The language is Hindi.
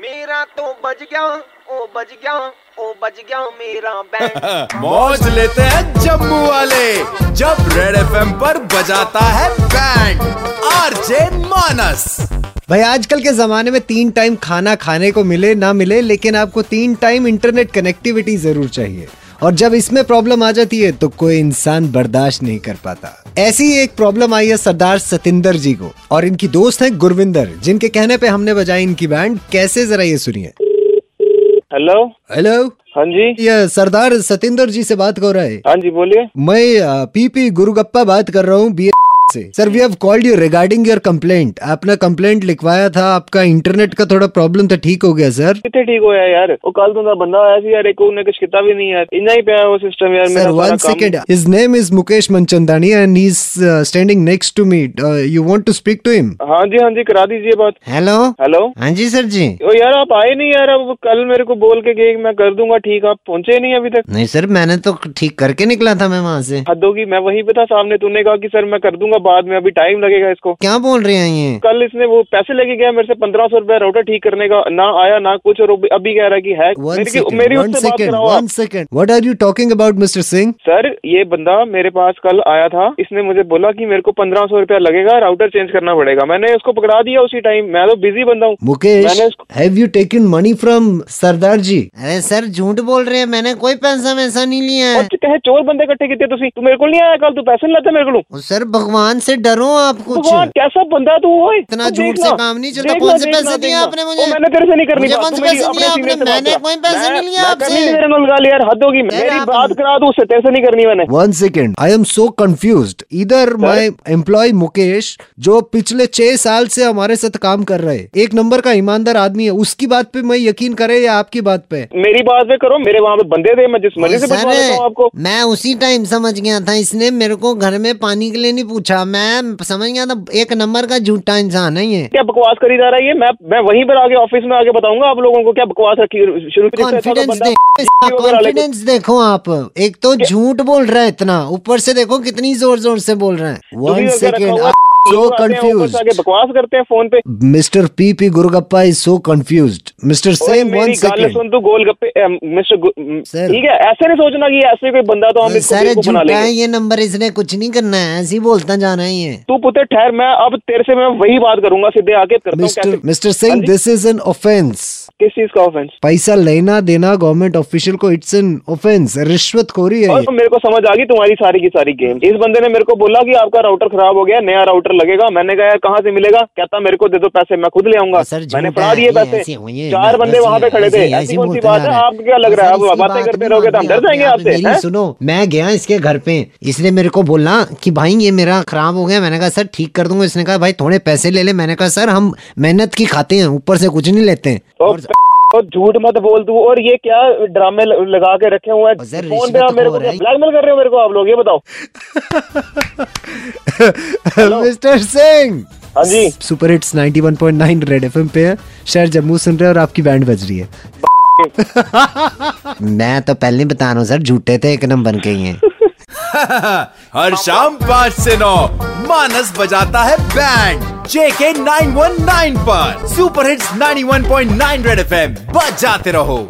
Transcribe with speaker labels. Speaker 1: मेरा तो बज गया ओ बज गया ओ बज गया मेरा बैंड
Speaker 2: मौज लेते हैं जम्मू वाले जब रेड एफएम पर बजाता है बैंड आरजे मानस
Speaker 3: भाई आजकल के जमाने में तीन टाइम खाना खाने को मिले ना मिले लेकिन आपको तीन टाइम इंटरनेट कनेक्टिविटी जरूर चाहिए और जब इसमें प्रॉब्लम आ जाती है तो कोई इंसान बर्दाश्त नहीं कर पाता ऐसी ही एक प्रॉब्लम आई है सरदार सतिंदर जी को और इनकी दोस्त है गुरविंदर जिनके कहने पे हमने बजाई इनकी बैंड कैसे जरा ये सुनिए
Speaker 4: हेलो
Speaker 3: हेलो
Speaker 4: हाँ जी
Speaker 3: ये सरदार सतिंदर जी से बात कर रहा है
Speaker 4: हाँ जी बोलिए
Speaker 3: मैं अ, पीपी गुरुगप्पा बात कर रहा हूँ बी से sir we have called you regarding your complaint आपने कंप्लेंट लिखवाया था आपका इंटरनेट का थोड़ा प्रॉब्लम तो ठीक हो गया सर
Speaker 4: ਕਿੱਥੇ ਠੀਕ ਹੋਇਆ ਯਾਰ ਉਹ ਕੱਲ ਤੋਂ ਦਾ ਬੰਦਾ ਆਇਆ ਸੀ ਯਾਰ ਇੱਕ ਉਹਨੇ ਕੁਛ ਕੀਤਾ ਵੀ ਨਹੀਂ ਯਾਰ ਇੰਨਾ ਹੀ ਪਿਆ ਉਹ ਸਿਸਟਮ ਯਾਰ
Speaker 3: सर
Speaker 4: ਮੇਰਾ
Speaker 3: वन
Speaker 4: ਸਾਰਾ ਕੰਮ।
Speaker 3: Second his name is Mukesh Manchandani and he is standing next to me you want to speak to him
Speaker 4: हाँ जी हाँ जी करा दीजिए बात
Speaker 3: हेलो
Speaker 4: हेलो
Speaker 3: हाँ जी सर जी
Speaker 4: ओ यार आप आए नहीं यार अब कल मेरे को बोल के गए कि मैं कर दूंगा ठीक आप पहुंचे नहीं अभी तक
Speaker 3: नहीं सर मैंने तो ठीक करके निकला था मैं वहाँ से
Speaker 4: हद होगी मैं वही पता सामने तूने कहा कि सर मैं कर दूंगा बाद में अभी टाइम लगेगा इसको
Speaker 3: क्या बोल रहे हैं ये
Speaker 4: कल इसने वो पैसे लेके गया मेरे से पंद्रह सौ रुपया राउटर ठीक करने का ना आया ना कुछ और वो अभी कह रहा है कि है
Speaker 3: वन
Speaker 4: मेरी मेरी
Speaker 3: सेकेंड वन
Speaker 4: उससे बात
Speaker 3: सेकेंड
Speaker 4: कराओ आप।
Speaker 3: One second what are you talking about mister Singh
Speaker 4: sir ये बंदा मेरे पास कल आया था इसने मुझे बोला कि मेरे को पंद्रह सौ रुपया लगेगा राउटर चेंज करना पड़ेगा मैंने उसको पकड़ा दिया उसी टाइम मैं तो बिजी बंदा हूँ
Speaker 3: मुकेश
Speaker 4: मैंने उसको-
Speaker 3: have you taken money from Sardar ji अरे सर झूठ बोल रहे हैं मैंने कोई पैसा वैसा नहीं लिया
Speaker 4: और कहे चोर बंदे इकट्ठे किए तुसी तू मेरे को नहीं आया कल तू पैसे नहीं लाता मेरे को
Speaker 3: और सर भगवान से डरो आप कुछ
Speaker 4: भगवान कैसा बंदा तू ओए
Speaker 3: इतना
Speaker 4: तू
Speaker 3: झूठ से
Speaker 4: देखना,
Speaker 3: काम नहीं चलता।
Speaker 4: देखना,
Speaker 3: कौन से
Speaker 4: देखना,
Speaker 3: पैसे दिए
Speaker 4: देखना।
Speaker 3: आपने मुझे?
Speaker 4: ओ, मैंने तेरे से नहीं करनी
Speaker 3: मुझे
Speaker 4: बात,
Speaker 3: कौन से
Speaker 4: तू मेरी
Speaker 3: पैसे दिए आपने?
Speaker 4: अपने सीनियर से बात
Speaker 3: मैंने
Speaker 4: कर।
Speaker 3: कोई पैसे
Speaker 4: मैं-
Speaker 3: नहीं लिए
Speaker 4: मैं
Speaker 3: आपसे।
Speaker 4: करनी तेरे नाल गल यार हद होगी
Speaker 3: यार,
Speaker 4: मेरी
Speaker 3: आप-
Speaker 4: बात करा दू उससे तेरे से नहीं करनी मैंने
Speaker 3: one second I am so confuse इधर माई एम्प्लॉय मुकेश जो पिछले छह साल से हमारे साथ काम कर रहे हैं एक नंबर का ईमानदार आदमी है उसकी बात पे मैं यकीन करे या आपकी बात पे
Speaker 4: मेरी बात पे करो मेरे वहाँ पे बंदे थे मैं जिस मर्जी से
Speaker 3: सर,
Speaker 4: बचवा लेता हूँ आपको
Speaker 3: मैं उसी टाइम समझ गया था इसने मेरे को घर में पानी के लिए नहीं पूछा मैं समझ गया था एक नंबर का झूठा इंसान है ये
Speaker 4: क्या बकवास करी जा रही है मैं मैं वहीं पर आगे ऑफिस में आके बताऊंगा आप लोगों को क्या बकवास रखी शुरू से अच्छा तो
Speaker 3: कॉन्फिडेंस
Speaker 4: बंदा-
Speaker 3: दे
Speaker 4: ये होकर वाले को-
Speaker 3: कॉन्फिडेंस देखो आप एक तो झूठ बोल रहा है इतना ऊपर से देखो कितनी जोर जोर से बोल रहा है वन
Speaker 4: दुनिया का रखा
Speaker 3: सेकेंड
Speaker 4: हुआ-
Speaker 3: सो
Speaker 4: लोग आते हैं, ऊपर से
Speaker 3: कंफ्यूज
Speaker 4: आके बकवास करते हैं फोन पे
Speaker 3: mister P P Gurugappa is so confuse mister
Speaker 4: ओए,
Speaker 3: सेम वन
Speaker 4: मेरी गाल
Speaker 3: सेकेंड
Speaker 4: सुन तू गोल गप्पे अम, मिस्टर गु- अम,
Speaker 3: सर।
Speaker 4: ठीक है ऐसे नहीं सोचना कि ऐसे कोई बंदा तो हम इसको
Speaker 3: सारे
Speaker 4: बेवकूफ बना
Speaker 3: झूठा है
Speaker 4: लेंगे
Speaker 3: ये नंबर इसने कुछ नहीं करना है ऐसे ही बोलता जाना है ये
Speaker 4: तू पुत्र ठहर मैं अब तेरे से मैं वही बात करूंगा सीधे आके करता हूँ
Speaker 3: मिस्टर
Speaker 4: कैसे-
Speaker 3: मिस्टर
Speaker 4: हाँ
Speaker 3: Singh
Speaker 4: ji,
Speaker 3: this is an offence
Speaker 4: किस चीज का ऑफेंस
Speaker 3: पैसा लेना देना गवर्नमेंट ऑफिशियल को इट्स एन ऑफेंस रिश्वतखोरी है
Speaker 4: और
Speaker 3: ये।
Speaker 4: हाँ, तो मेरे को समझ आ गई तुम्हारी सारी की सारी गेम इस बंदे ने मेरे को बोला कि आपका राउटर खराब हो गया नया राउटर लगेगा मैंने कहा यार कहाँ से मिलेगा कहता मेरे को दे दो पैसे मैं खुद ले आऊंगा
Speaker 3: हाँ, सर, झूठ
Speaker 4: हाँ, मैंने
Speaker 3: है,
Speaker 4: पढ़ा दिए
Speaker 3: ये
Speaker 4: पैसे
Speaker 3: ऐसे हुई है,
Speaker 4: चार
Speaker 3: बस
Speaker 4: बंदे
Speaker 3: ये,
Speaker 4: वहां पे खड़े
Speaker 3: ऐसे
Speaker 4: थे
Speaker 3: ही, ऐसे
Speaker 4: ऐसी कौन सी
Speaker 3: बोलता
Speaker 4: बात है
Speaker 3: जा रहा है।
Speaker 4: आपको क्या लग रहा
Speaker 3: सर,
Speaker 4: है आप
Speaker 3: इसकी
Speaker 4: बातें
Speaker 3: बात
Speaker 4: करते
Speaker 3: नहीं
Speaker 4: रहोगे तो हम
Speaker 3: मानते
Speaker 4: डर
Speaker 3: आप,
Speaker 4: जाएंगे
Speaker 3: आप
Speaker 4: आपसे
Speaker 3: मेरी
Speaker 4: हैं?
Speaker 3: सुनो मैं गया इसके घर पे इसने मेरे को बोला कि भाई ये मेरा खराब हो गया मैंने कहा सर ठीक कर दूंगा इसने कहा भाई थोड़े पैसे ले ले मैंने कहा सर हम मेहनत की खाते हैं ऊपर से कुछ नहीं लेते हैं
Speaker 4: ओ, ओ, झूठ मत बोल तू और ये क्या ड्रामे ल- लगा के रखे हुए
Speaker 3: और
Speaker 4: हैं
Speaker 3: सर,
Speaker 4: फोन पे आप
Speaker 3: रिश्वत
Speaker 4: मेरे
Speaker 3: हो
Speaker 4: को
Speaker 3: रहा है।
Speaker 4: ब्लैकमेल कर रहे हो मेरे को आप लोग ये बताओ
Speaker 3: मिस्टर सिंह
Speaker 4: हाँ जी
Speaker 3: सुपर हिट्स 91.9 रेड एफएम पे है शहर जम्मू सुन रहे हैं और आपकी बैंड बज रही है मैं तो पहले ही बता रहा हूँ सर झूठे थे एक नंबर के ये
Speaker 2: हाँ, हर शाम पाँच से नौ मानस बजाता है बैंड जेके 919 पर सुपर हिट्स 91.9 रेड एफएम बजाते रहो